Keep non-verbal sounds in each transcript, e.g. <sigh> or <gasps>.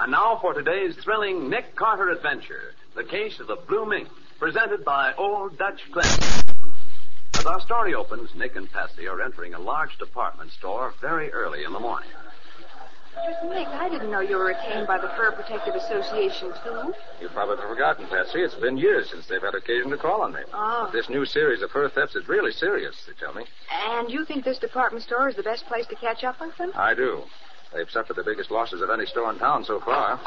And now for today's thrilling Nick Carter adventure, The Case of the Blue Mink, presented by Old Dutch Clinic. As our story opens, Nick and Patsy are entering a large department store very early in the morning. Just Nick, I didn't know you were retained by the Fur Protective Association, too. You've probably forgotten, Patsy. It's been years since they've had occasion to call on me. Oh. This new series of fur thefts is really serious, they tell me. And you think this department store is the best place to catch up with them? I do. They've suffered the biggest losses of any store in town so far.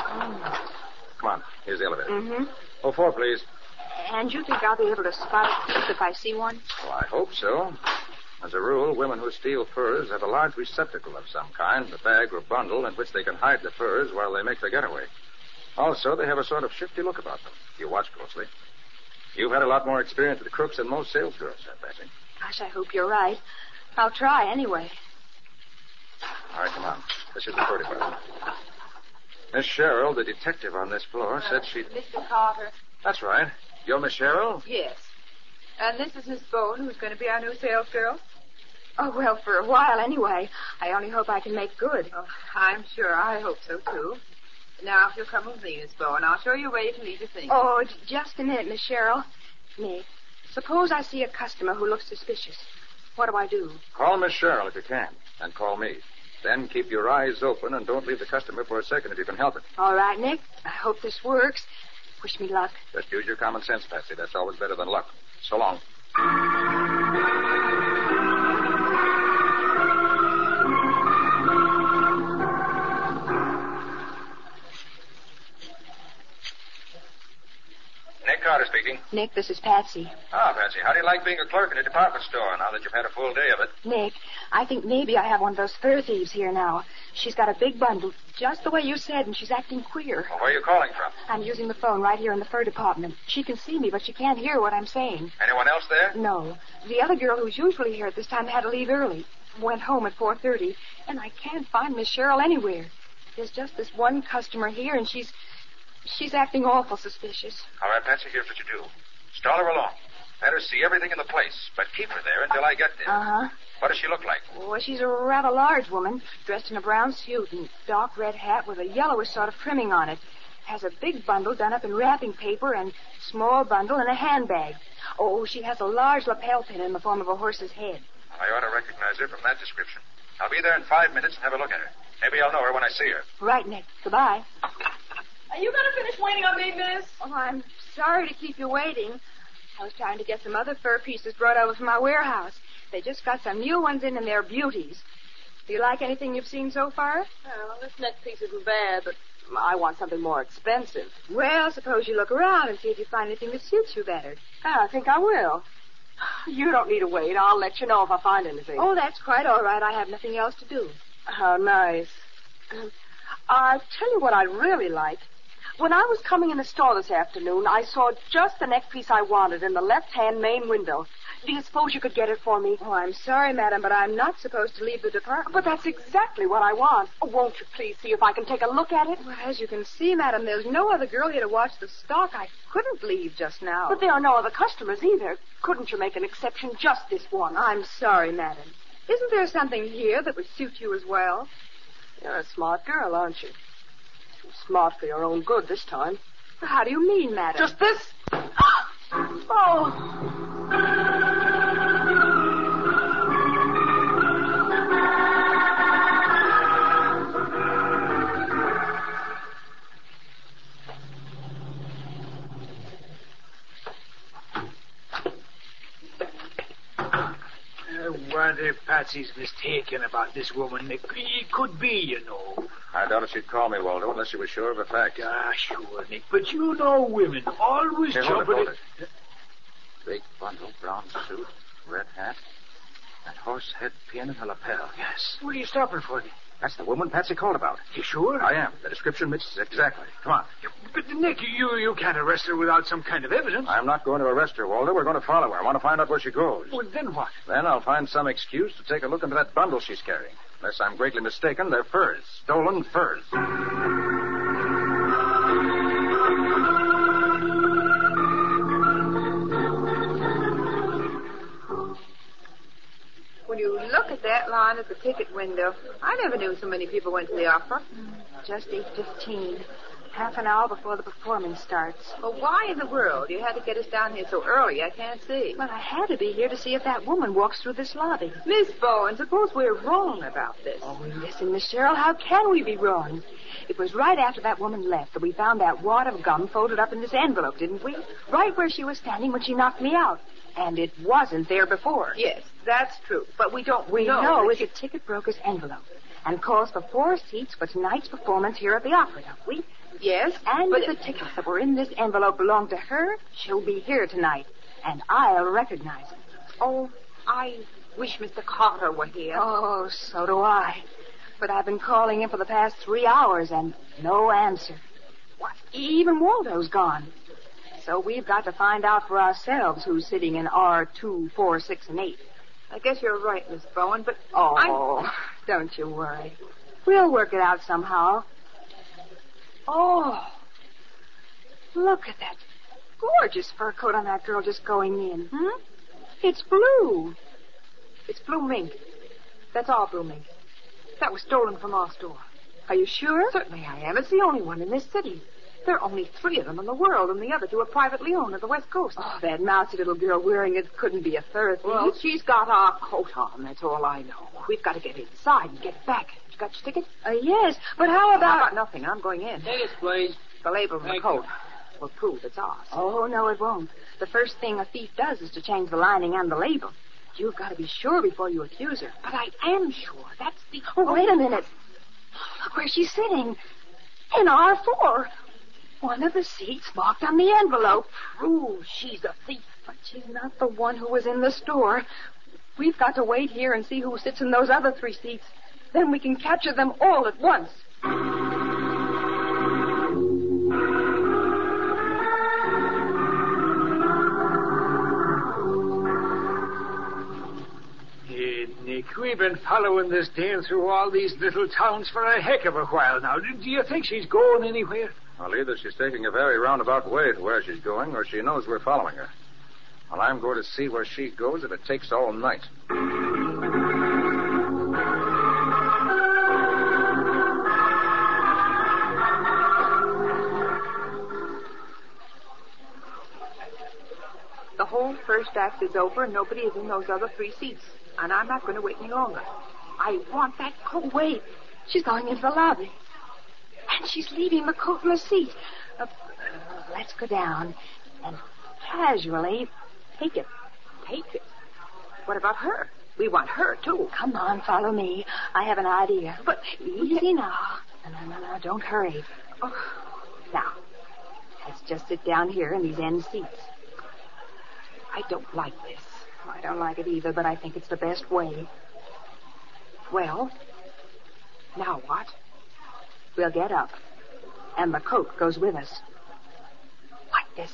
Come on, here's the elevator. Mm-hmm. Oh, four, please. And you think I'll be able to spot a thief if I see one? Well, I hope so. As a rule, women who steal furs have a large receptacle of some kind, a bag or bundle, in which they can hide the furs while they make their getaway. Also, they have a sort of shifty look about them. if You watch closely. You've had a lot more experience with crooks than most salesgirls, I fancy. Gosh, I hope you're right. I'll try anyway. All right, come on. This is the fur department. Miss Cheryl, the detective on this floor, said she. Mr. Carter. That's right. You're Miss Cheryl? Yes. And this is Miss Bone, who's going to be our new salesgirl. Oh, well, for a while anyway. I only hope I can make good. Oh, I'm sure. I hope so, too. Now, if you'll come with me, Miss Bone, I'll show you where you can leave your things. Oh, j- just a minute, Miss Cheryl. Nick, suppose I see a customer who looks suspicious. What do I do? Call Miss Cheryl if you can, and call me. Then keep your eyes open and don't leave the customer for a second if you can help it. All right, Nick. I hope this works. Wish me luck. Just use your common sense, Patsy. That's always better than luck. So long. Nick Carter speaking. Nick, this is Patsy. Ah, Patsy, how do you like being a clerk in a department store now that you've had a full day of it? Nick, I think maybe I have one of those fur thieves here now. She's got a big bundle, just the way you said, and she's acting queer. Well, where are you calling from? I'm using the phone right here in the fur department. She can see me, but she can't hear what I'm saying. Anyone else there? No, the other girl who's usually here at this time had to leave early. Went home at 4:30, and I can't find Miss Cheryl anywhere. There's just this one customer here, and she's she's acting awful suspicious. All right, Patsy, here's what you do. Stall her along. Let her see everything in the place, but keep her there until I get there. Uh huh. What does she look like? Well, she's a rather large woman, dressed in a brown suit and dark red hat with a yellowish sort of trimming on it. Has a big bundle done up in wrapping paper and small bundle in a handbag. Oh, she has a large lapel pin in the form of a horse's head. I ought to recognize her from that description. I'll be there in five minutes and have a look at her. Maybe I'll know her when I see her. Right, Nick. Goodbye. Are you going to finish waiting on me, miss? Oh, I'm sorry to keep you waiting. I was trying to get some other fur pieces brought over from my warehouse. They just got some new ones in, and they're beauties. Do you like anything you've seen so far? Well, this next piece isn't bad, but I want something more expensive. Well, suppose you look around and see if you find anything that suits you better. Ah, I think I will. You don't need to wait. I'll let you know if I find anything. Oh, that's quite all right. I have nothing else to do. how nice. Um, I'll tell you what I really like. When I was coming in the store this afternoon, I saw just the neckpiece I wanted in the left-hand main window. Do you suppose you could get it for me? Oh, I'm sorry, madam, but I'm not supposed to leave the department. But that's exactly what I want. Oh, won't you please see if I can take a look at it? Well, as you can see, madam, there's no other girl here to watch the stock. I couldn't leave just now. But there are no other customers either. Couldn't you make an exception just this one? I'm sorry, madam. Isn't there something here that would suit you as well? You're a smart girl, aren't you? Too smart for your own good this time. How do you mean, madam? Just this. Oh, I wonder if Patsy's mistaken about this woman. It, it could be, you know. I doubted she'd call me, Waldo, unless she was sure of a fact. Ah, sure, Nick. But you know women always Here, hold jump it, at hold it. it. Big bundle, brown suit, red hat, and horse head pin in her lapel. Yes. What are you stopping for? Nick? That's the woman Patsy called about. You sure? I am. The description matches exactly. Come on. But, Nick, you, you can't arrest her without some kind of evidence. I'm not going to arrest her, Waldo. We're going to follow her. I want to find out where she goes. Well, then what? Then I'll find some excuse to take a look into that bundle she's carrying. Unless I'm greatly mistaken, they're furs. Stolen furs. When you look at that line at the ticket window, I never knew so many people went to the opera. Just 8.15. Half an hour before the performance starts. Well, why in the world you had to get us down here so early? I can't see. Well, I had to be here to see if that woman walks through this lobby. Miss Bowen, suppose we're wrong about this. Oh, listen, Miss Cheryl, how can we be wrong? It was right after that woman left that we found that wad of gum folded up in this envelope, didn't we? Right where she was standing when she knocked me out. And it wasn't there before. Yes, that's true. But we don't We know. know that it's a ticket broker's envelope and calls for four seats for tonight's performance here at the opera, don't we? you- Yes, And but if the tickets that were in this envelope belong to her, she'll be here tonight. And I'll recognize it. Oh, I wish Mr. Carter were here. Oh, so do I. But I've been calling him for the past three hours and no answer. Why, even Waldo's gone. So we've got to find out for ourselves who's sitting in R2, 4, 6, and 8. I guess you're right, Miss Bowen, but Oh, don't you worry. We'll work it out somehow. Oh, look at that gorgeous fur coat on that girl just going in. Hmm? It's blue. It's blue mink. That's all blue mink. That was stolen from our store. Are you sure? Certainly I am. It's the only one in this city. There are only three of them in the world, and the other two are privately owned at the West Coast. Oh, that mousy little girl wearing it couldn't be a third. Well, she's got our coat on. That's all I know. We've got to get inside and get back. You got your ticket? Uh, yes, but how I about? got nothing. I'm going in. Tickets, please. The label on the Thank coat will prove it's ours. Oh no, it won't. The first thing a thief does is to change the lining and the label. You've got to be sure before you accuse her. But I am sure. That's the. Oh, wait a minute. Look where she's sitting. In R four. One of the seats marked on the envelope. True, she's a thief. But she's not the one who was in the store. We've got to wait here and see who sits in those other three seats. Then we can capture them all at once. Hey, Nick, we've been following this dame through all these little towns for a heck of a while now. Do do you think she's going anywhere? Well, either she's taking a very roundabout way to where she's going, or she knows we're following her. Well, I'm going to see where she goes if it takes all night. The whole first act is over, and nobody is in those other three seats. And I'm not going to wait any longer. I want that coat. Oh, wait. She's going into the lobby. And she's leaving the coat in the seat. Uh, uh, let's go down and casually take it. Take it. What about her? We want her, too. Come on, follow me. I have an idea. But easy now. No, no, no, no, don't hurry. Now, let's just sit down here in these end seats. I don't like this. I don't like it either, but I think it's the best way. Well, now what? We'll get up, and the coat goes with us. Like this.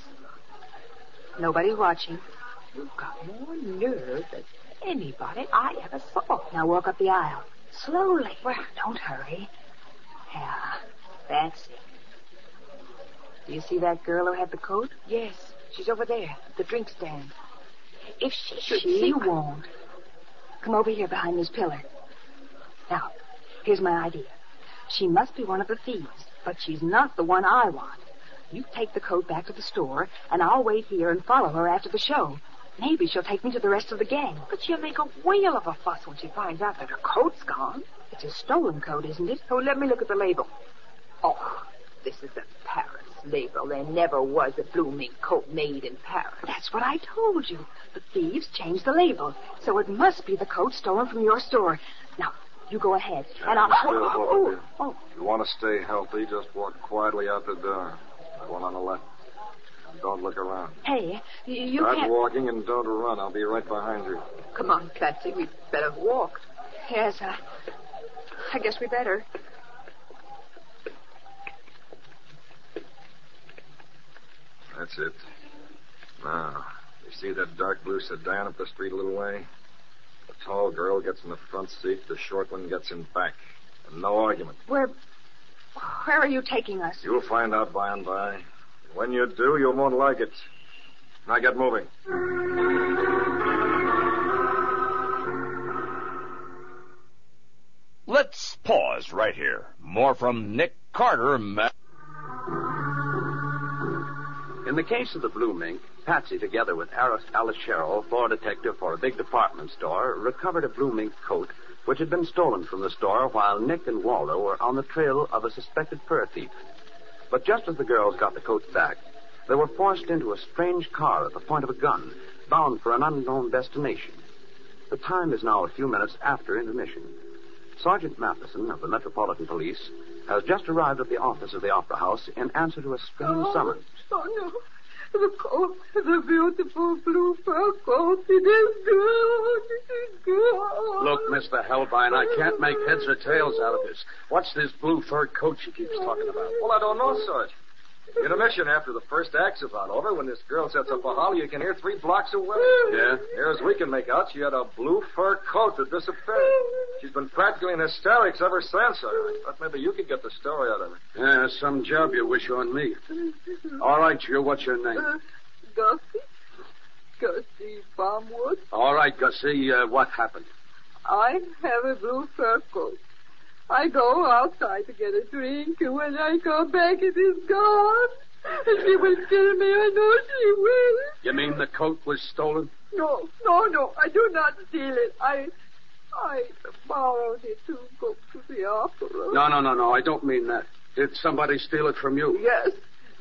Nobody watching. You've got more nerve than anybody I ever saw. Now walk up the aisle. Slowly. Well, don't hurry. Yeah, that's it. Do you see that girl who had the coat? Yes, she's over there, the drink stand. If she should She see won't. Come over here behind this pillar. Now, here's my idea. She must be one of the thieves, but she's not the one I want. You take the coat back to the store, and I'll wait here and follow her after the show. Maybe she'll take me to the rest of the gang. But she'll make a whale of a fuss when she finds out that her coat's gone. It's a stolen coat, isn't it? Oh, let me look at the label. Oh, this is the Paris label. There never was a blooming coat made in Paris. That's what I told you. The thieves changed the label, so it must be the coat stolen from your store. Now, you go ahead, and I'll. Oh, oh, oh, If you want to stay healthy, just walk quietly out the door. That one on the left. And don't look around. hey, you, you Start can't. walking and don't run. I'll be right behind you. Come on, Patsy, we'd better walk. Yes, I. I guess we better. That's it. Now, you see that dark blue sedan up the street a little way? The tall girl gets in the front seat, the short one gets in back. And no argument. Where. Where are you taking us? You'll find out by and by. When you do, you won't like it. Now get moving. Let's pause right here. More from Nick Carter, Matt. In the case of the blue mink, Patsy, together with Aris Alishero, floor detective for a big department store, recovered a blue mink coat which had been stolen from the store while Nick and Waldo were on the trail of a suspected fur thief. But just as the girls got the coats back, they were forced into a strange car at the point of a gun, bound for an unknown destination. The time is now a few minutes after intermission. Sergeant Matheson of the Metropolitan Police has just arrived at the office of the Opera House in answer to a strange summons. Oh, no. The coat, the beautiful blue fur coat, it is good, it is good. Look, Mr. Hellbine, I can't make heads or tails out of this. What's this blue fur coat she keeps talking about? Well, I don't know, Sarge. Intermission after the first act's about over. When this girl sets up a holler, you can hear three blocks away. Yeah? Near as we can make out, she had a blue fur coat that disappeared. She's been practically in hysterics ever since. I thought maybe you could get the story out of her. Yeah, some job you wish on me. Mm-hmm. All right, you. What's your name? Uh, Gussie? Gussie Baumwood? All right, Gussie. Uh, what happened? I have a blue fur coat. I go outside to get a drink, and when I come back, it is gone. And she will kill me. I know she will. You mean the coat was stolen? No, no, no. I do not steal it. I, I borrowed it to go to the opera. No, no, no, no. I don't mean that. Did somebody steal it from you? Yes,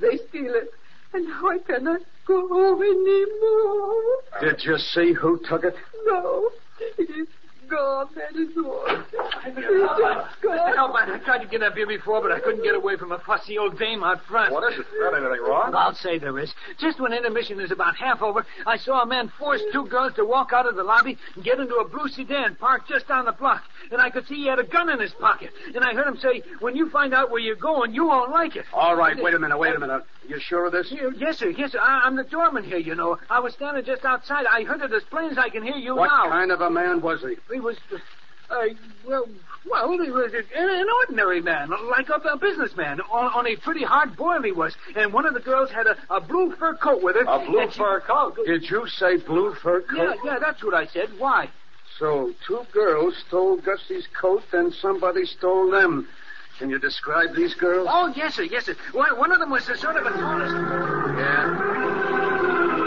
they steal it, and now I cannot go home anymore. Did you see who took it? No, it is gone. That is all. It Hellman, is gone. I tried to get up here before, but I couldn't get away from a fussy old dame out front. What is it? Got anything wrong? <laughs> I'll say there is. Just when intermission is about half over, I saw a man force two girls to walk out of the lobby and get into a blue sedan parked just down the block. And I could see he had a gun in his pocket. And I heard him say, when you find out where you're going, you won't like it. All right, wait a minute, wait a minute. You sure of this? Yeah, Oh, Yes, sir. Yes, sir. I, I'm the doorman here, you know. I was standing just outside. I heard it as plain as I can hear you What now. kind of a man was he? He was, uh, uh, well, well, he was an, an ordinary man, like a, a businessman. On, on a pretty hard boil he was. And one of the girls had a, a blue fur coat with her. A blue and she- fur coat. Did you say blue fur coat? Yeah, yeah, that's what I said. Why? So two girls stole Gussie's coat, then somebody stole them. Can you describe these girls? Oh, yes, sir, yes, sir. One, one of them was a sort of a tallest. Yeah.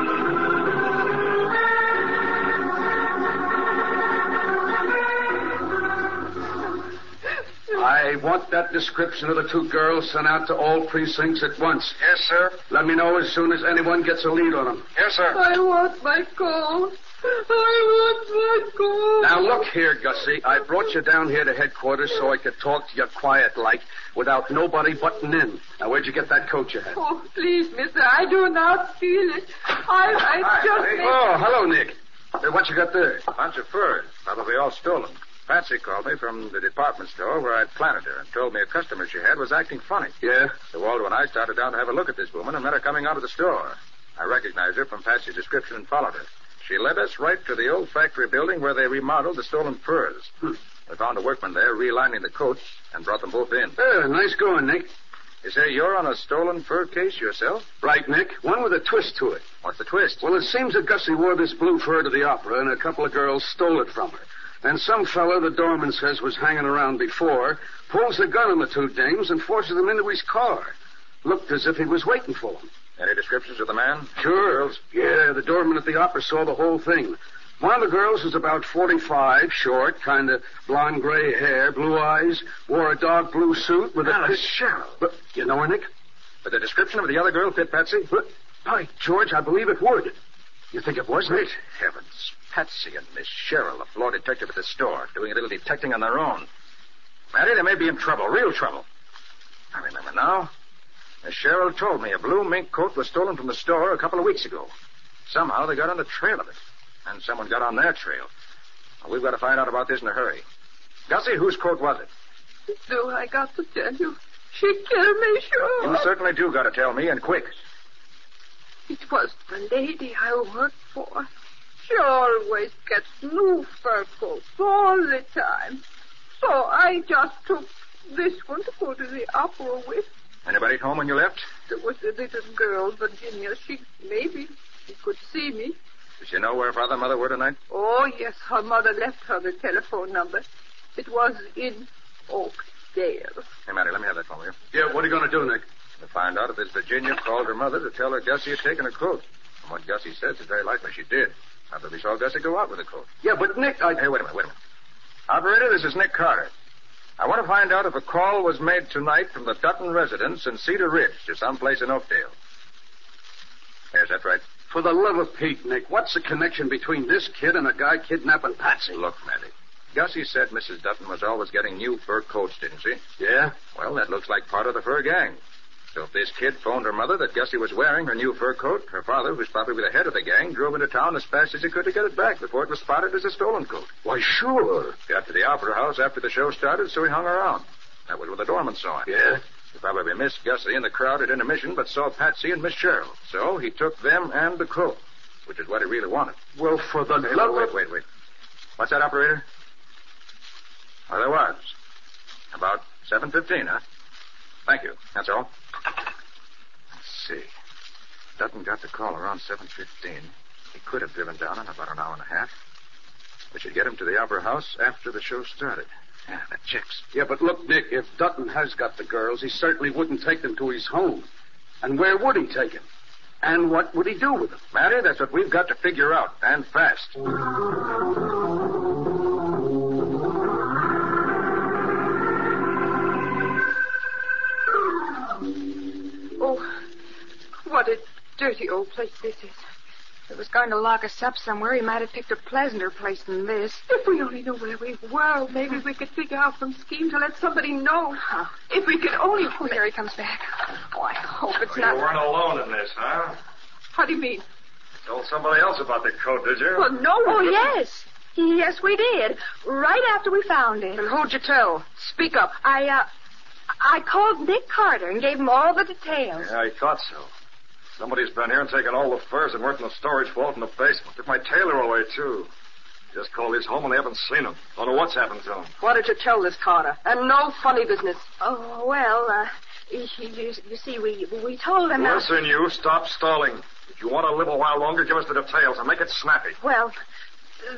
I want that description of the two girls sent out to all precincts at once. Yes, sir. Let me know as soon as anyone gets a lead on them. Yes, sir. I want my coat. I want my coat. Now look here, Gussie. I brought you down here to headquarters so I could talk to you quiet like, without nobody butting in. Now where'd you get that coat you had? Oh, please, mister, I do not feel it. I, I just... Hey, oh, hello, Nick. Hey, what you got there? Bunch of furs. Probably all stolen. Patsy called me from the department store where I'd planted her and told me a customer she had was acting funny. Yeah. So Waldo and I started down to have a look at this woman and met her coming out of the store. I recognized her from Patsy's description and followed her. She led us right to the old factory building where they remodeled the stolen furs. I found a workman there relining the coats and brought them both in. Yeah, Oh, nice going, Nick. You say you're on a stolen fur case yourself? Right, Nick. One with a twist to it. What's the twist? Well, it seems that Gussie wore this blue fur to the opera, and a couple of girls stole it from her. Then some fella the doorman says was hanging around before pulls the gun on the two dames and forces them into his car. Looked as if he was waiting for them. Any descriptions of the man? Sure. Yeah, the doorman at the opera saw the whole thing. One of the girls was about 45, short, kind of blonde gray hair, blue eyes, wore a dark blue suit with Now, a... But, you know her, Nick? But the description of the other girl fit Patsy? But, by George, I believe it would. You think it was, Nick? Great heavens. Patsy and Miss Cheryl, the floor detective at the store, doing a little detecting on their own. Matty, they may be in trouble, real trouble. I remember now. Miss Cheryl told me a blue mink coat was stolen from the store a couple of weeks ago. Somehow they got on the trail of it. And someone got on their trail. Well, we've got to find out about this in a hurry. Gussie, whose coat was it? Do I got to tell you? She killed me, Oh. sure. You certainly do got to tell me, and quick. It was the lady I worked for. She always gets new fur coats all the time. So I just took this one to go to the opera with. Anybody at home when you left? There was a little girl, Virginia. She maybe she could see me. Does she know where father and mother were tonight? Oh, yes, her mother left her the telephone number. It was in Oakdale. Hey, Matty, let me have that phone, will you? Yeah, what are you going to do, Nick? To find out if it's Virginia called her mother to tell her Gussie had taken a coat. From what Gussie says, it's very likely she did. After we saw Gussie go out with a coat. Yeah, but Nick, I... Hey, wait a minute, wait a minute. Operator, this is Nick Carter. I want to find out if a call was made tonight from the Dutton residence in Cedar Ridge to someplace in Oakdale. Yes, that's right. For the love of Pete, Nick, what's the connection between this kid and a guy kidnapping Patsy? Look, Matty. Gussie said Mrs. Dutton was always getting new fur coats, didn't she? Yeah? Well, that looks like part of the fur gang. So if this kid phoned her mother that Gussie was wearing her new fur coat, her father, who's probably the head of the gang, drove into town as fast as he could to get it back before it was spotted as a stolen coat. Why, sure. Got to the opera house after the show started, so he hung around. That was when the doorman saw him. Yeah? He probably missed Gussie in the crowd at intermission, but saw Patsy and Miss Cheryl. So he took them and the coat, which is what he really wanted. Well, for the hey, love wait, wait, wait, wait. What's that, operator? Well, there was. About 7.15, huh? Thank you. That's all. Let's see. Dutton got the call around 7.15. He could have driven down in about an hour and a half. We should get him to the opera house after the show started. Yeah, that checks. Yeah, but look, Nick, if Dutton has got the girls, he certainly wouldn't take them to his home. And where would he take them? And what would he do with them? Matty, that's what we've got to figure out, and fast. Oh, what a dirty old place this is. If it was going to lock us up somewhere, he might have picked a pleasanter place than this. If we only knew where we were, maybe we could figure out some scheme to let somebody know. If we could only... Oh, there he comes back. Oh, I hope it's Well, not... You weren't alone in this, huh? How do you mean? Told somebody else about the coat, did you? Well, no Oh, one... yes. Yes, we did. Right after we found it. And who'd you tell? Speak up. I, uh, I called Nick Carter and gave him all the details. Yeah, I thought so. Somebody's been here and taken all the furs and worked in the storage vault in the basement. Took my tailor away, too. Just called his home and they haven't seen him. Don't know what's happened to him. Why did you tell this Carter? And no funny business. Oh, well, uh, you, you, you see, we, we told him... that- Listen, you, stop stalling. If you want to live a while longer, give us the details and make it snappy. Well,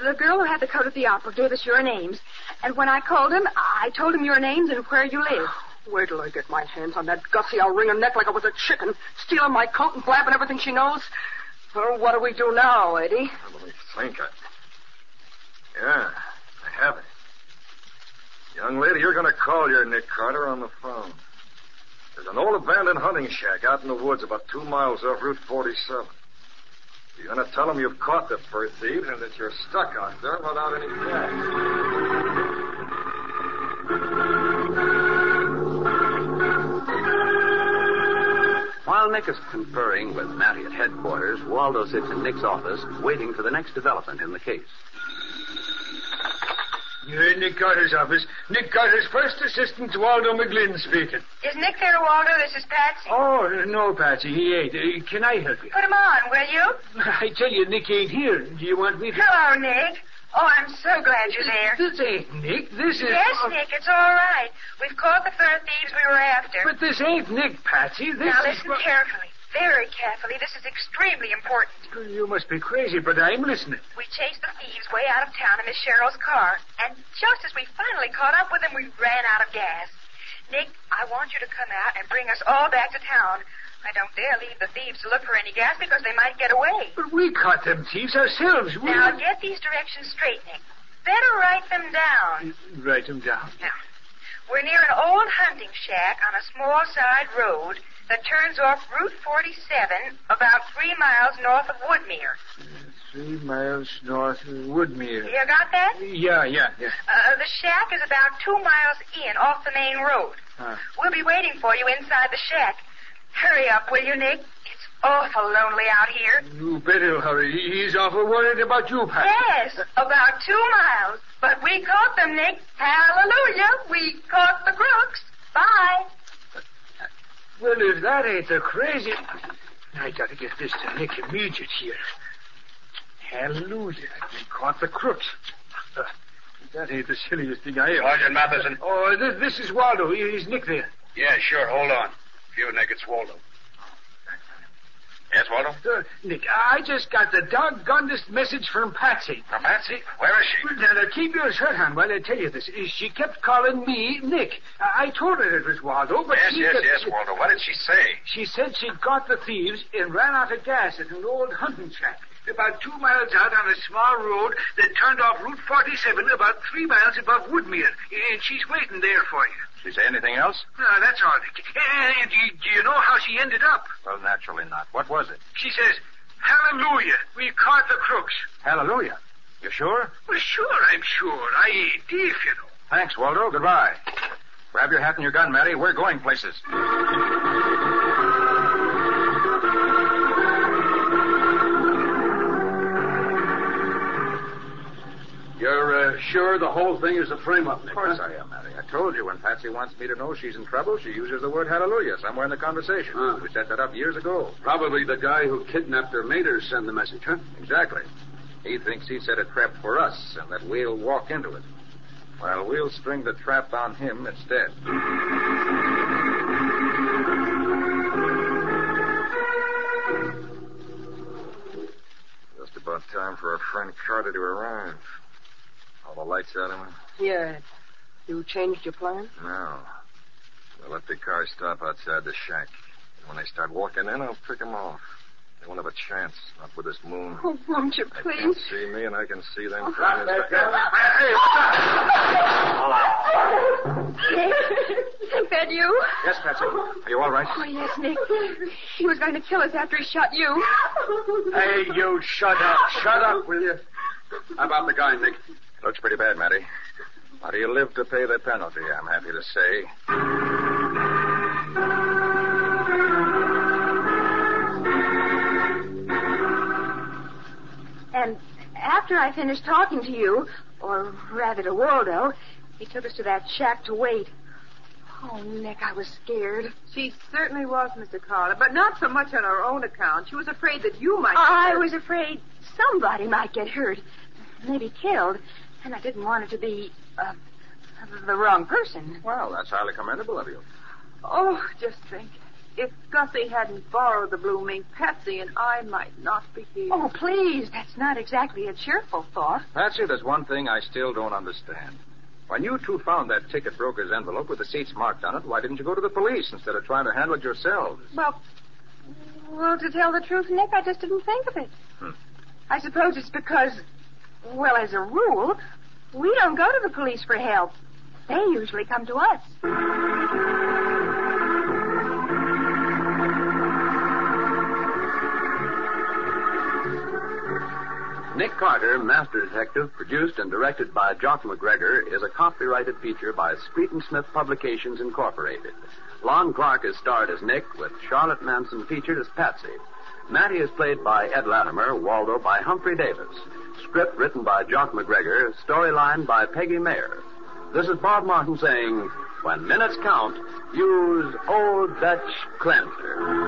the girl who had the coat at the opera gave us your names. And when I called him, I told him your names and where you live. Wait till I get my hands on that Gussie. I'll wring her neck like I was a chicken, stealing my coat and blabbing everything she knows. Well, what do we do now, Eddie? Let me think. I... Yeah, I have it. Young lady, you're going to call your Nick Carter on the phone. There's an old abandoned hunting shack out in the woods about two miles off Route 47. You're going to tell them you've caught the fur thieves and that you're stuck out there without any cash. While Nick is conferring with Matty at headquarters, Waldo sits in Nick's office waiting for the next development in the case. Yeah, Nick Carter's office. Nick Carter's first assistant, Waldo McGlynn speaking. Is Nick there, Waldo? This is Patsy. Oh, no, Patsy, he ain't. Uh, Can I help you? Put him on, will you? <laughs> I tell you, Nick ain't here. Do you want me to... Hello, Nick. Oh, I'm so glad you're there. This ain't Nick. This is... oh, Yes, Nick, it's all right. We've caught the fur thieves we were after. But this ain't Nick, Patsy. This now is... listen carefully, very carefully. This is extremely important. You must be crazy, but I'm listening. We chased the thieves way out of town in Miss Cheryl's car, and just as we finally caught up with them, we ran out of gas. Nick, I want you to come out and bring us all back to town. I don't dare leave the thieves to look for any gas because they might get away. But we caught them thieves ourselves. We... Now get these directions straight, Nick. Better write them down. Write them down. Now, we're near an old hunting shack on a small side road that turns off Route 47 about three miles north of Woodmere. Three miles north of Woodmere. You got that? Yeah, yeah, yeah. Uh, the shack is about two miles in off the main road. Huh. We'll be waiting for you inside the shack. Hurry up, will you, Nick? It's awful lonely out here. You better hurry. He's awful worried about you, Patsy. Yes, about two miles. But we caught them, Nick. Hallelujah. We caught the crooks. Bye. Well, if that ain't the crazy. I gotta get this to Nick immediate here. Hallelujah. We caught the crooks. Uh, that ain't the silliest thing I ever. Sergeant Matheson? Oh, this, this is Waldo. He- He's Nick there. Oh, Yeah, sure. Hold on. If you, Nick, it's Waldo. Yes, Waldo? Uh, Nick, I just got the doggonest message from Patsy. From Patsy? Where is she? Now, now, keep your shirt on while I tell you this. Uh, She kept calling me Nick. I I told her it was Waldo, but yes, she... yes, kept- yes, Waldo. What did she say? She said she'd caught the thieves and ran out of gas at an old hunting shack. About two miles out on a small road that turned off Route 47 about three miles above Woodmere. And she's waiting there for you. She say anything else? No, that's all. Nick. And do- do you know how she ended up? Well, naturally not. What was it? She says, Hallelujah, we caught the crooks. Hallelujah. You sure? Well, sure, I'm sure. I ain't if, you know. Thanks, Waldo. Goodbye. Grab your hat and your gun, Matty. We're going places. You're uh, sure the whole thing is a frame-up, Nick? Of course I am, Matty. I told you when Patsy wants me to know she's in trouble, she uses the word hallelujah somewhere in the conversation. We set that up years ago. Probably the guy who kidnapped her made her send the message, huh? Exactly. He thinks he set a trap for us and that we'll walk into it. Well, we'll string the trap on him instead. Just about time for our friend Carter to arrive. All the lights out of him? Yeah. You changed your plan? No. We'll let the car stop outside the shack. And when they start walking in, I'll pick 'em off. They won't have a chance, not with this moon. <gasps> Oh, won't you They can <laughs> please? see me, and I can see Oh, them. Nick, that you? Yes, Patsy. Are you all right? Oh, yes, Nick. He was going to kill us after he shot you. Hey, you shut up. Shut up, will you? How about the guy, Nick? Looks pretty bad, Matty. But he lived to pay the penalty, I'm happy to say. And after I finished talking to you, or rather to Waldo, he took us to that shack to wait. Oh, Nick, I was scared. She certainly was, Mr. Carter, but not so much on her own account. She was afraid that you might. I was afraid somebody might get hurt, maybe killed, and I didn't want it to be uh, the wrong person. Well, that's highly commendable of you. Oh, just think. If Gussie hadn't borrowed the blue mink, Patsy and I might not be here. Oh, please, that's not exactly a cheerful thought. Patsy, there's one thing I still don't understand. When you two found that ticket broker's envelope with the seats marked on it, why didn't you go to the police instead of trying to handle it yourselves? Well, well, to tell the truth, Nick, I just didn't think of it. Hmm. I suppose it's because, well, as a rule, we don't go to the police for help. They usually come to us. Nick Carter, Master Detective, produced and directed by Jock McGregor, is a copyrighted feature by Street and Smith Publications, Incorporated. Lon Clark is starred as Nick, with Charlotte Manson featured as Patsy. Matty is played by Ed Latimer, Waldo by Humphrey Davis. Script written by Jock McGregor, storyline by Peggy Mayer. This is Bob Martin saying, when minutes count, use Old Dutch Cleanser.